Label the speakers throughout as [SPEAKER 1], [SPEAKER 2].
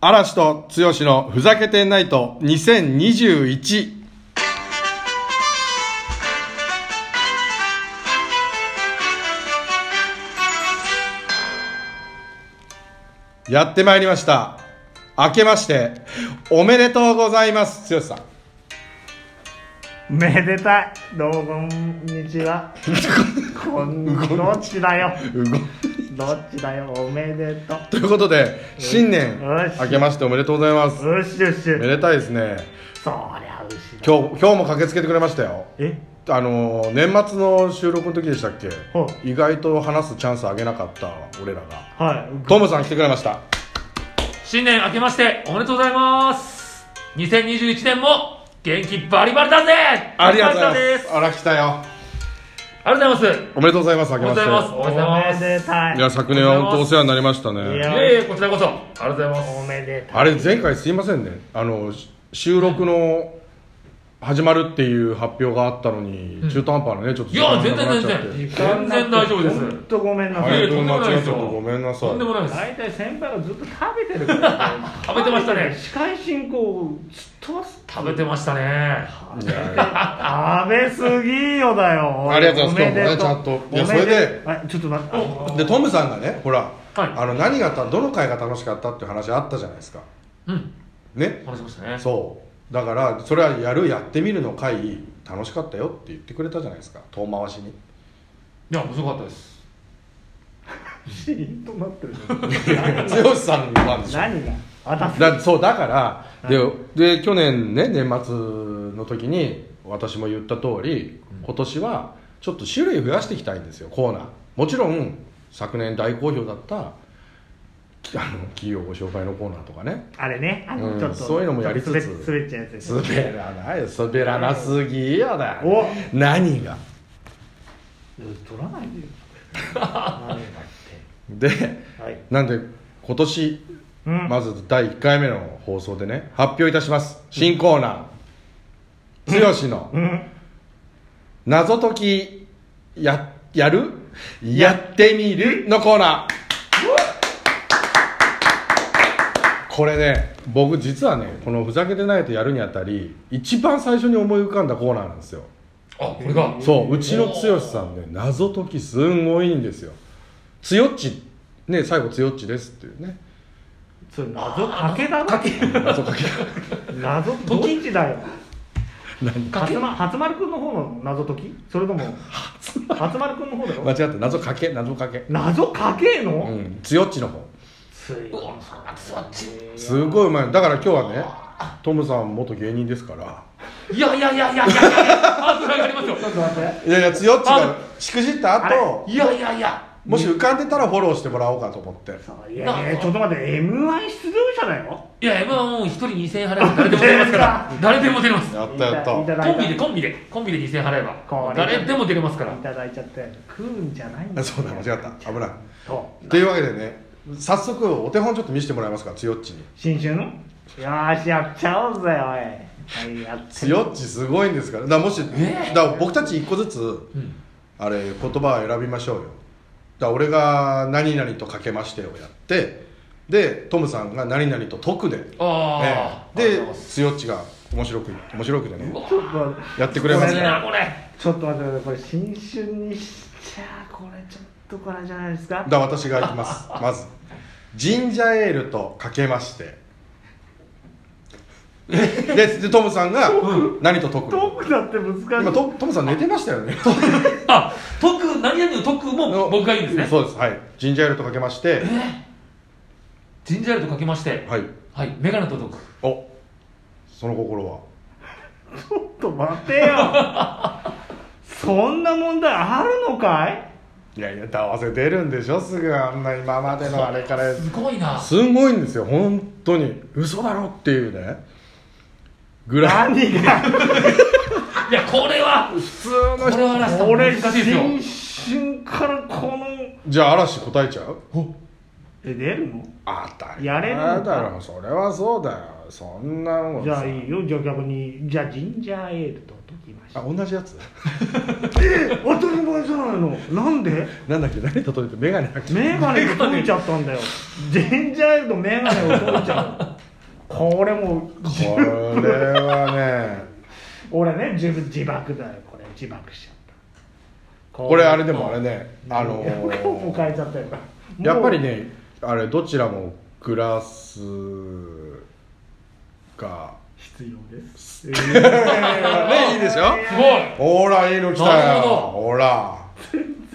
[SPEAKER 1] 嵐と剛のふざけてないと2021やってまいりました明けましておめでとうございます剛さん
[SPEAKER 2] めでたいどうもこんにちはこんどっちだよどっちだよおめでと
[SPEAKER 1] ということで新年
[SPEAKER 2] よし
[SPEAKER 1] 明けましておめでとうございます
[SPEAKER 2] ううっしうっし
[SPEAKER 1] め
[SPEAKER 2] ゅ
[SPEAKER 1] でたいですね
[SPEAKER 2] そりゃうしだ
[SPEAKER 1] 今日今日も駆けつけてくれましたよ
[SPEAKER 2] え
[SPEAKER 1] あのー年末の収録の時でしたっけ
[SPEAKER 2] は
[SPEAKER 1] 意外と話すチャンスあげなかった俺らが
[SPEAKER 2] はい
[SPEAKER 1] トムさん来てくれました
[SPEAKER 3] 新年明けましておめでとうございます2021年も元気バリバリだぜ
[SPEAKER 1] ありがとうござい
[SPEAKER 3] で
[SPEAKER 1] ますすあら来たよ
[SPEAKER 3] ありがとうございます
[SPEAKER 1] おめでとうございますあ
[SPEAKER 3] お
[SPEAKER 1] け
[SPEAKER 3] め
[SPEAKER 1] ま
[SPEAKER 3] で
[SPEAKER 1] して
[SPEAKER 3] とうございますお
[SPEAKER 2] お
[SPEAKER 3] めでとうござい
[SPEAKER 2] め
[SPEAKER 3] ますい
[SPEAKER 2] でたい
[SPEAKER 1] いや昨年は本当お世話になりましたね
[SPEAKER 2] いや
[SPEAKER 3] えいえこちらこそありがとうございます
[SPEAKER 2] おめでたい
[SPEAKER 1] あれ前回すいませんねあのし収録の始まるっていう発表があったのに、中途半端なねちょっと
[SPEAKER 3] いや全然
[SPEAKER 1] 時間
[SPEAKER 3] 全
[SPEAKER 1] なくなっちゃって
[SPEAKER 3] 然全然大丈夫です
[SPEAKER 2] 本当ごめんな
[SPEAKER 1] あ
[SPEAKER 2] さ
[SPEAKER 3] い
[SPEAKER 1] れ
[SPEAKER 3] や
[SPEAKER 2] い
[SPEAKER 3] とんでもないです
[SPEAKER 1] ち
[SPEAKER 3] よ
[SPEAKER 1] ょっとごめんなさい
[SPEAKER 3] とんでもないです
[SPEAKER 2] 大体先輩がずっと食べて るから
[SPEAKER 3] 食べてましたね
[SPEAKER 2] 司会進行をずっと忘れて
[SPEAKER 3] 食べてましたね
[SPEAKER 1] いやいや
[SPEAKER 2] 食べすぎよだよ
[SPEAKER 1] ありがとうございます
[SPEAKER 2] おめ
[SPEAKER 1] 今日もね
[SPEAKER 2] で
[SPEAKER 1] ちゃんとい
[SPEAKER 2] お
[SPEAKER 1] や
[SPEAKER 2] めで
[SPEAKER 1] それで
[SPEAKER 2] あちょっと待ってあの
[SPEAKER 1] でトムさんがねほら、あ
[SPEAKER 3] は
[SPEAKER 1] の何があったどの回が楽しかったっていう話あったじゃないですか
[SPEAKER 3] いうん
[SPEAKER 1] ね
[SPEAKER 3] 話しましたね
[SPEAKER 1] そうだからそれはやるやってみるの回楽しかったよって言ってくれたじゃないですか遠回しに
[SPEAKER 3] いや面白かったです
[SPEAKER 2] シーンとなってる
[SPEAKER 1] 剛さんの番でしょ
[SPEAKER 2] 何が私
[SPEAKER 1] だそうだからでで去年ね年末の時に私も言った通り今年はちょっと種類増やしていきたいんですよコーナーもちろん昨年大好評だったき あの企業ご紹介のコーナーとかね
[SPEAKER 2] あれね、あの、
[SPEAKER 1] うん
[SPEAKER 2] ちょっと、
[SPEAKER 1] そういうのもやりつつ
[SPEAKER 2] ちょっと滑っ滑っちゃうやつです。
[SPEAKER 1] 滑らない滑らなすぎやだ
[SPEAKER 2] お
[SPEAKER 1] 何が
[SPEAKER 2] 取らないでよ。何がっ
[SPEAKER 1] で
[SPEAKER 2] て。はい。
[SPEAKER 1] なんで今年
[SPEAKER 2] うん。
[SPEAKER 1] まず第1回目の放送でね発表いたします新コーナー剛の
[SPEAKER 2] うん。
[SPEAKER 1] 謎解きややるやってみるのコーナーこれね僕実はねこの「ふざけてないとやる」にあたり一番最初に思い浮かんだコーナーなんですよ
[SPEAKER 3] あこれが
[SPEAKER 1] そううちの剛さんね謎解きすんごいんですよ「つよっち」ね最後「つよっちです」って いうね
[SPEAKER 2] それ謎かけだろ。
[SPEAKER 1] 謎解き
[SPEAKER 2] 謎解き時だよ。
[SPEAKER 1] 何
[SPEAKER 2] 初ま、初丸くんの方の謎解きそれとも、初丸くんの方だ
[SPEAKER 1] 間違
[SPEAKER 2] ろ
[SPEAKER 1] って謎かけ謎かけ
[SPEAKER 2] 謎かけ
[SPEAKER 1] う
[SPEAKER 2] の
[SPEAKER 1] ん強っちの方
[SPEAKER 2] つい。
[SPEAKER 1] すごいうまいだから今日はねトムさん元芸人ですから
[SPEAKER 3] いやいやいやいやいやいやハードル上がりますよ
[SPEAKER 2] ちょっと待って。
[SPEAKER 1] いやいや強っち
[SPEAKER 3] あ
[SPEAKER 1] がしくじった
[SPEAKER 2] あれ
[SPEAKER 1] 後
[SPEAKER 3] いやいやいや
[SPEAKER 1] もし浮かんでたらフォローしてもらおうかと思って
[SPEAKER 2] そういやいや、ちょっと待って、M1 出場者だよ。
[SPEAKER 3] いや M はもう一人2000円払えば誰でも出れま すから誰でも出れます
[SPEAKER 1] やったやっ
[SPEAKER 2] いた
[SPEAKER 1] た
[SPEAKER 2] だい
[SPEAKER 3] コンビ
[SPEAKER 2] た
[SPEAKER 3] でコンビでコンビで2000円払え
[SPEAKER 2] こ
[SPEAKER 3] ば
[SPEAKER 2] れ
[SPEAKER 3] 誰でも出れますから
[SPEAKER 2] いただいちゃって、食うんじゃないん
[SPEAKER 1] あ
[SPEAKER 2] だよ
[SPEAKER 1] そうだ間違った危ない
[SPEAKER 2] そう。
[SPEAKER 1] というわけでね早速お手本ちょっと見せてもらえますか強っちに
[SPEAKER 2] 新春よーし、やっちゃおうぜ、おい。はい、やってみ
[SPEAKER 1] 強っちすごいんですからだからもし
[SPEAKER 3] え
[SPEAKER 1] だから僕たち一個ずつ
[SPEAKER 3] うん
[SPEAKER 1] あれ言葉を選びましょうよだから俺が「何々とかけまして」をやってでトムさんが「何々と解く」で
[SPEAKER 3] ああ、
[SPEAKER 1] で
[SPEAKER 3] ありがとうございます
[SPEAKER 1] つよっちが面白く面白くでね
[SPEAKER 3] うわ
[SPEAKER 2] ちょっと
[SPEAKER 1] やってくれます
[SPEAKER 3] いい
[SPEAKER 1] か
[SPEAKER 3] な
[SPEAKER 1] ら
[SPEAKER 3] これ
[SPEAKER 2] ちょっと待ってくださいこれ新春にしちゃこれちょっとこれじゃないですか
[SPEAKER 1] だ私がいきますまずジンジャーエールとかけまして ででトムさんが何と解く
[SPEAKER 2] トークだって難しい
[SPEAKER 1] 今トトムさん寝てましたよね
[SPEAKER 3] あ徳何々の徳も僕がいいんです ね
[SPEAKER 1] そうですはいジンジャーエールとかけまして
[SPEAKER 3] ジンジャーエールとかけまして
[SPEAKER 1] はい
[SPEAKER 3] はいメガネと徳
[SPEAKER 1] おその心は
[SPEAKER 2] ちょっと待て よそんな問題あるのかい
[SPEAKER 1] いやいやどうせ出るんでしょすぐあんな今までのあれから
[SPEAKER 3] すごいな
[SPEAKER 1] すごいんですよ本当に嘘だろっていうねぐらい
[SPEAKER 2] 何 が
[SPEAKER 3] いやこれは
[SPEAKER 1] 普通
[SPEAKER 3] こ
[SPEAKER 1] の
[SPEAKER 3] れ
[SPEAKER 1] 人
[SPEAKER 3] はラスト
[SPEAKER 2] 俺
[SPEAKER 3] 難しいですよ
[SPEAKER 2] 新春からこの
[SPEAKER 1] じゃあ嵐答えちゃう
[SPEAKER 2] え出るの
[SPEAKER 1] あたり
[SPEAKER 2] やれるのか
[SPEAKER 1] 前だろそれはそうだよそんなの
[SPEAKER 2] じゃあいいよじゃあ逆にじゃあジンジャーエールと解きまし
[SPEAKER 1] あ
[SPEAKER 2] た
[SPEAKER 1] 同じやつ
[SPEAKER 2] え当たり前じゃないのなんで
[SPEAKER 1] なんだっけ何例えてメガネだっけ
[SPEAKER 2] メガネを解いちゃったんだよジンジャーエールとメガネを解いちゃうこれもう
[SPEAKER 1] これはね
[SPEAKER 2] 俺ね自分自爆だよこれ自爆しちゃった
[SPEAKER 1] これあれでもあれねあの
[SPEAKER 2] もう変えちゃったよも う
[SPEAKER 1] やっぱりねあれどちらもグラスが
[SPEAKER 2] 必要です、
[SPEAKER 1] ねいいでしょ
[SPEAKER 3] すごい
[SPEAKER 1] ほらいいの来た
[SPEAKER 3] なる
[SPEAKER 1] よ
[SPEAKER 3] ほど
[SPEAKER 1] ほら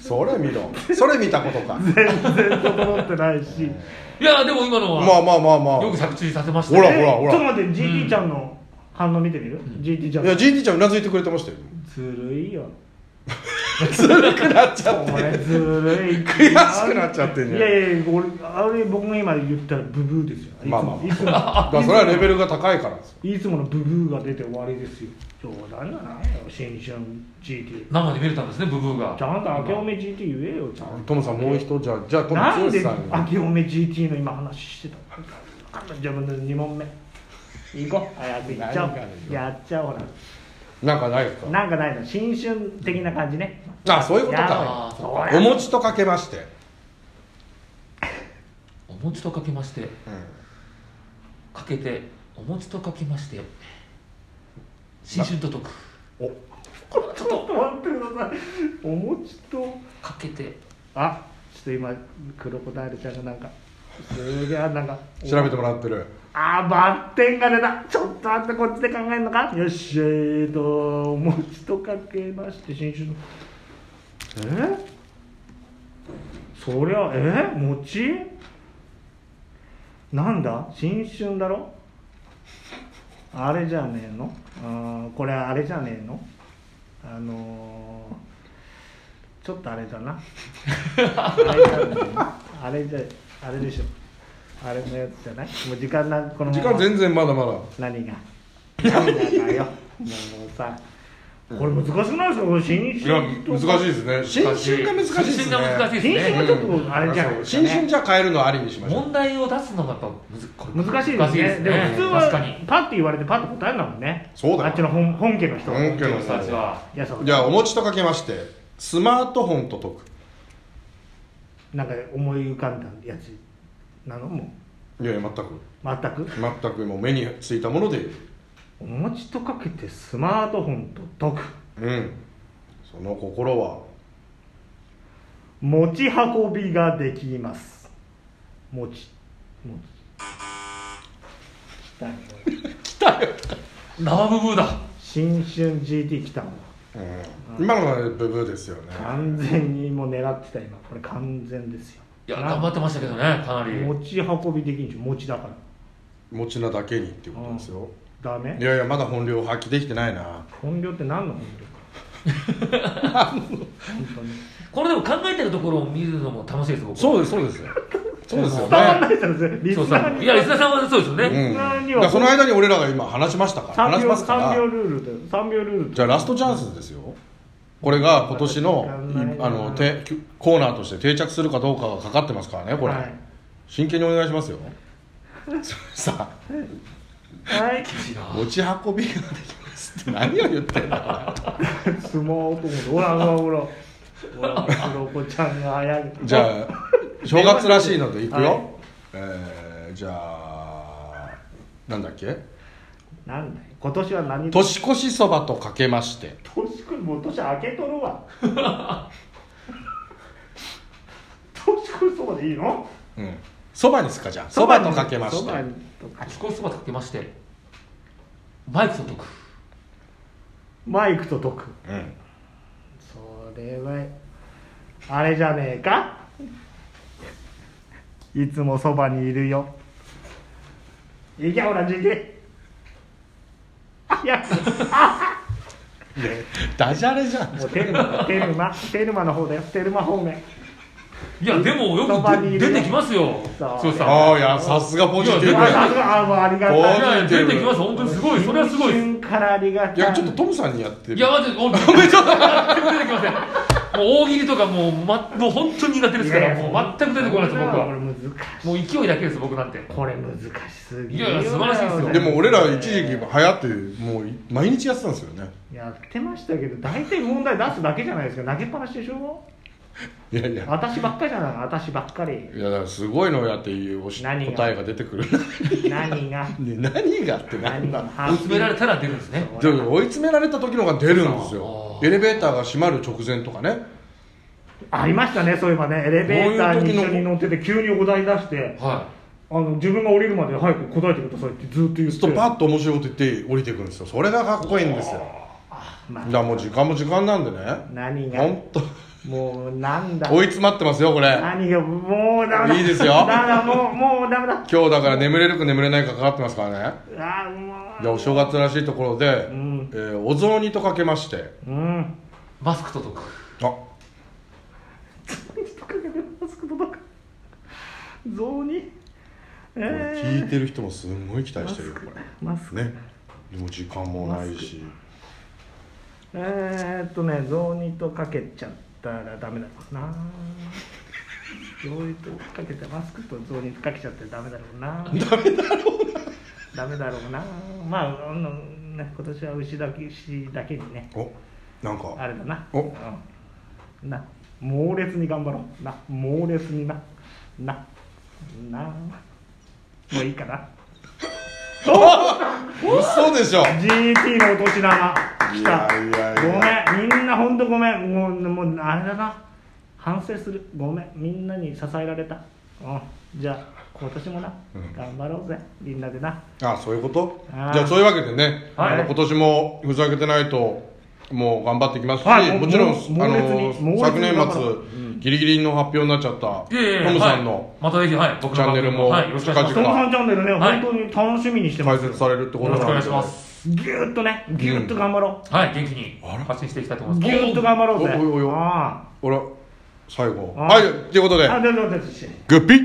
[SPEAKER 1] それ見ろそれ見たこと か
[SPEAKER 2] 全然整ってないし
[SPEAKER 3] いやでも今のは、
[SPEAKER 1] まあまあまあまあ
[SPEAKER 3] よく着地させました
[SPEAKER 1] ほら
[SPEAKER 2] え
[SPEAKER 1] ほらほら
[SPEAKER 2] ちょっと待って GT ちゃんの反応見てみる、GT ちゃん
[SPEAKER 1] いや GT ちゃんうなずいてくれてましたよ
[SPEAKER 2] ずるいよ
[SPEAKER 1] ずるくなっちゃっ
[SPEAKER 2] こ
[SPEAKER 1] て
[SPEAKER 2] れずるい
[SPEAKER 1] 悔しくなっちゃってんじゃん
[SPEAKER 2] いやいやいや俺あれ僕も今言ったらブブーですよ
[SPEAKER 1] まあまあまあ
[SPEAKER 2] いつも
[SPEAKER 1] だからそれはレベルが高いからですよ
[SPEAKER 2] いつものブブーが出て終わりですよ冗談じゃないよ新春 GT
[SPEAKER 3] 生で見れたんですねブブーが
[SPEAKER 2] ちゃんと明けおめ GT 言えよちゃんと
[SPEAKER 1] トムさんもう一度じゃあじゃあ
[SPEAKER 2] な
[SPEAKER 1] 今
[SPEAKER 2] ん
[SPEAKER 1] 度剛
[SPEAKER 2] で
[SPEAKER 1] さんに
[SPEAKER 2] 明けおめ GT の今話してたのわかんないじゃあ2問目行こう早く行っちゃ
[SPEAKER 1] 何がある
[SPEAKER 2] おうやっちゃおう
[SPEAKER 1] なんかないですか
[SPEAKER 2] ななんかないの新春的な感じね
[SPEAKER 1] あそういうこと
[SPEAKER 2] や
[SPEAKER 1] か
[SPEAKER 2] だ
[SPEAKER 3] あー
[SPEAKER 2] そうや
[SPEAKER 1] お餅とかけまして、
[SPEAKER 3] お餅とかけましてかけてお餅とかけまして新春と解く
[SPEAKER 1] お
[SPEAKER 3] これはちょっと
[SPEAKER 2] ちょっと待ってくださいお餅と
[SPEAKER 3] かけて
[SPEAKER 2] あちょっと今クロコダイルちゃんがなんかすげえなんか
[SPEAKER 1] 調べてもらってる
[SPEAKER 2] あーバッテンが出たちょっと待ってこっちで考えるのかよっしゃえーとお餅とかけまして新種のえそりゃえ餅なんだ新春だろあれじゃねえのあーこれあれじゃねえのあのー、ちょっとあれだなあれじゃねえのあれじゃあれでしょあれのやつじゃないもう時間なんこのま
[SPEAKER 1] 時
[SPEAKER 2] ま
[SPEAKER 1] 間全然まだまだ
[SPEAKER 2] 何が何が だよもうさこれ難しくないですかこれ新
[SPEAKER 1] いや
[SPEAKER 2] 春と
[SPEAKER 1] 難しいですね新春が難しいですね
[SPEAKER 3] 新春が難しい
[SPEAKER 2] 新
[SPEAKER 3] です
[SPEAKER 2] 春は
[SPEAKER 3] ね
[SPEAKER 2] ちょっとあれじゃないですか
[SPEAKER 1] 新
[SPEAKER 2] ね
[SPEAKER 1] 春じゃ変えるのはありにしましょう
[SPEAKER 3] 問題を出すのがやっぱむずこれ
[SPEAKER 2] 難しいですねでも普通
[SPEAKER 3] 確か
[SPEAKER 2] は
[SPEAKER 3] に
[SPEAKER 2] パッて言われてパッて答えるんだもんね
[SPEAKER 1] そうだよ
[SPEAKER 2] あっちの本本家の人は
[SPEAKER 1] 本家の
[SPEAKER 3] 人たちはい
[SPEAKER 2] やそう
[SPEAKER 1] じゃあお餅とかけましてスマートフォンと解
[SPEAKER 2] なんか思い浮かんだやつなのもう
[SPEAKER 1] くいやいや全く
[SPEAKER 2] 全く
[SPEAKER 1] 全くもう目についたもので
[SPEAKER 2] お餅とかけてスマートフォンと解く
[SPEAKER 1] うんその心は
[SPEAKER 2] 持ち運びができます持ち持ち来たよ
[SPEAKER 3] 生ブブーだ
[SPEAKER 2] 新春 GT 来たもん
[SPEAKER 1] うん今のはブブーですよね
[SPEAKER 2] 完全にもう狙ってた今これ完全ですよ
[SPEAKER 3] いや
[SPEAKER 2] な
[SPEAKER 3] 頑張ってましたけどねかなり
[SPEAKER 2] 持ち運びできんじゃん餅だから
[SPEAKER 1] 餅なだけにっていうことですよ
[SPEAKER 2] ダメ
[SPEAKER 1] いやいやまだ本領発揮できてないな
[SPEAKER 2] 本領って何の本領か本当に
[SPEAKER 3] これでも考えてるところを見るのも楽しいです僕
[SPEAKER 1] そうですそうですそうですよ
[SPEAKER 2] 伝わんな
[SPEAKER 1] ね
[SPEAKER 2] いですよねリス
[SPEAKER 3] そうそ
[SPEAKER 2] ナー
[SPEAKER 3] う
[SPEAKER 2] に
[SPEAKER 3] いやリスナーさんはそうですよね、
[SPEAKER 1] うん、だからその間に俺らが今話しましたから
[SPEAKER 2] 3
[SPEAKER 1] 話し
[SPEAKER 2] 秒
[SPEAKER 1] ますか
[SPEAKER 2] 3
[SPEAKER 1] ら
[SPEAKER 2] 秒ルールで3秒ルール
[SPEAKER 1] じゃあラストチャンスですよこれが今年
[SPEAKER 2] 時
[SPEAKER 1] の
[SPEAKER 2] 間ない
[SPEAKER 1] い
[SPEAKER 2] な
[SPEAKER 1] あのてコーナーとして定着するかどうかがかかってますからねこれ、
[SPEAKER 2] はい
[SPEAKER 1] 真剣にお願いします よそれさ
[SPEAKER 2] はい
[SPEAKER 3] いいな
[SPEAKER 1] 持ち運びができますって何を言ってんだ
[SPEAKER 2] 相撲男のほらほらほらほらクロコちゃんが早い
[SPEAKER 1] じゃあ正月らしいのでいくよ、
[SPEAKER 2] はい
[SPEAKER 1] えーじゃあなんだっけ
[SPEAKER 2] なんだよ今年は何年
[SPEAKER 1] 年越しそばとかけまして
[SPEAKER 2] 年くもう年明けとるわ年くるそばでいいの
[SPEAKER 1] うんそば、にすかじゃあそばとかけまし
[SPEAKER 2] そ
[SPEAKER 1] て
[SPEAKER 2] ばにとか
[SPEAKER 3] 少しそばかけましてマイクと解く
[SPEAKER 2] マイクと解く
[SPEAKER 1] うん
[SPEAKER 2] それはあれじゃねえかいつもそばにいるよいけほらじじい早く
[SPEAKER 1] ダジャレじゃん
[SPEAKER 2] もうテルマテルマテルマの方だよテルマ方面
[SPEAKER 3] いやでもよ
[SPEAKER 2] そばにい
[SPEAKER 3] く
[SPEAKER 2] るよ
[SPEAKER 3] 出てきますよ
[SPEAKER 2] そう
[SPEAKER 3] 剛さん
[SPEAKER 1] ああいやさすがポジティブ
[SPEAKER 3] いや
[SPEAKER 2] あさすがあもうありが
[SPEAKER 1] お
[SPEAKER 3] い
[SPEAKER 2] たい
[SPEAKER 3] やいや出てきます本当にすごいそれはすごいです
[SPEAKER 2] 新春からありがたい
[SPEAKER 1] いやちょっとトムさんにやってる
[SPEAKER 3] いやマジで本当に 出てきませんもう大喜利とかもう,、ま、もう本当に苦手ですか
[SPEAKER 2] い
[SPEAKER 3] ら
[SPEAKER 2] やいや
[SPEAKER 3] もう全く出てこないです僕
[SPEAKER 2] これ
[SPEAKER 3] は
[SPEAKER 2] 難しい
[SPEAKER 3] もう勢いだけです僕なんて
[SPEAKER 2] これ難しすぎ
[SPEAKER 3] いやいや素晴らしいですよ
[SPEAKER 1] でも俺ら一時期流行ってもう毎日やってたんですよね
[SPEAKER 2] やってましたけど大体問題出すだけじゃないですか投げっぱなしでしょ
[SPEAKER 1] いやいや
[SPEAKER 2] 私ばっかりじゃない私ばっか り
[SPEAKER 1] いやだからすごいのをやっていうおし答
[SPEAKER 2] 何が
[SPEAKER 1] えが出てくる
[SPEAKER 2] 何が
[SPEAKER 1] ね何がって何
[SPEAKER 2] 何が
[SPEAKER 1] が
[SPEAKER 3] 追い詰められたら出るんですね
[SPEAKER 1] で追い詰められた時のが出るんですよ
[SPEAKER 3] あー
[SPEAKER 1] エレベーターが閉まる直前とかね
[SPEAKER 2] ありましたねそういえばねエレベーターに一緒に乗ってて急にお題出して
[SPEAKER 3] は
[SPEAKER 2] あの自分が降りるまで早く答えてくださいってずっと言って
[SPEAKER 1] ずっとパッと面白いこと言って降りてくるんですよそれがかっこいいんですよだ
[SPEAKER 2] ま
[SPEAKER 1] か
[SPEAKER 2] あ
[SPEAKER 1] らもう時間も時間なんでね
[SPEAKER 2] 何が
[SPEAKER 1] 本当
[SPEAKER 2] もうなんだ
[SPEAKER 1] 追い詰まってますよこれ
[SPEAKER 2] 何がもうダメだ
[SPEAKER 1] いいですよ
[SPEAKER 2] ダメだもうもうダメだ
[SPEAKER 1] 今日だから眠れるか眠れないかかかってますからね
[SPEAKER 2] あーもう
[SPEAKER 1] じゃあお正月らしいところで、
[SPEAKER 2] ん
[SPEAKER 1] えーお雑煮とかけまして
[SPEAKER 2] うん
[SPEAKER 3] いマスクと解く
[SPEAKER 1] あ
[SPEAKER 2] マスクとか雑煮
[SPEAKER 1] これ
[SPEAKER 2] え
[SPEAKER 1] 聞いてる人もすごい期待してるよこ
[SPEAKER 2] ー、マスク
[SPEAKER 1] れねでも時間もないし
[SPEAKER 2] えー、っとね雑煮とかけちゃったらダメだろうな雑煮とかけてマスクと雑煮とかけちゃってダメだろうなダメだろうなまああの、ね、今年は牛だけ牛だけにね
[SPEAKER 1] おなん
[SPEAKER 2] あ
[SPEAKER 1] か
[SPEAKER 2] れだな
[SPEAKER 1] お
[SPEAKER 2] うんな猛烈に頑張ろうな猛烈になななもういいかな
[SPEAKER 1] 嘘でしょ
[SPEAKER 2] GT のお年玉来た
[SPEAKER 1] いやいやいや
[SPEAKER 2] ごめんみんな本当ごめんもうもうあれだな反省するごめんみんなに支えられたうんじゃあ今年もな、
[SPEAKER 1] うん
[SPEAKER 2] 頑張ろうぜみんなでな
[SPEAKER 1] あそういうこと
[SPEAKER 2] あー
[SPEAKER 1] じゃあそういうわけでね、
[SPEAKER 2] はい
[SPEAKER 1] あの今年もふざけてないともう頑張っていきますし、
[SPEAKER 2] はい
[SPEAKER 1] もちろん
[SPEAKER 2] もう猛
[SPEAKER 1] あ
[SPEAKER 2] 烈
[SPEAKER 1] の
[SPEAKER 2] に猛烈に
[SPEAKER 1] 昨年
[SPEAKER 2] 頑張
[SPEAKER 1] 末
[SPEAKER 2] ろう
[SPEAKER 1] ギリギリの発表になっちゃった
[SPEAKER 3] いえいえ
[SPEAKER 1] トムさん
[SPEAKER 3] はい
[SPEAKER 1] の、
[SPEAKER 3] またぜひはい僕の
[SPEAKER 1] チャ
[SPEAKER 3] 番組
[SPEAKER 1] ンネルも
[SPEAKER 3] はいよろしくお願いし
[SPEAKER 2] トム
[SPEAKER 1] 近々
[SPEAKER 3] ま
[SPEAKER 2] さんチャンネルね、
[SPEAKER 3] はい
[SPEAKER 2] 本当に楽しみにしてま
[SPEAKER 1] 解
[SPEAKER 2] す
[SPEAKER 1] 説されるってこ
[SPEAKER 3] す
[SPEAKER 1] と
[SPEAKER 3] よろ
[SPEAKER 1] な
[SPEAKER 3] しくお
[SPEAKER 1] ん
[SPEAKER 3] 願
[SPEAKER 1] で
[SPEAKER 3] いします
[SPEAKER 2] ぎゅーっとねぎゅーっと頑張ろ
[SPEAKER 3] はい元気に
[SPEAKER 1] あら
[SPEAKER 3] 発信していきたいと
[SPEAKER 2] う
[SPEAKER 3] 思い
[SPEAKER 2] ぎ
[SPEAKER 3] ま
[SPEAKER 2] ゅ
[SPEAKER 3] す
[SPEAKER 2] ーっと頑張ろうぜ
[SPEAKER 1] おおおお
[SPEAKER 2] あ
[SPEAKER 1] 俺最後
[SPEAKER 2] あ
[SPEAKER 1] は
[SPEAKER 2] ー
[SPEAKER 1] いということ
[SPEAKER 2] ー
[SPEAKER 1] で
[SPEAKER 2] あ、でもでもでも
[SPEAKER 1] グッピッ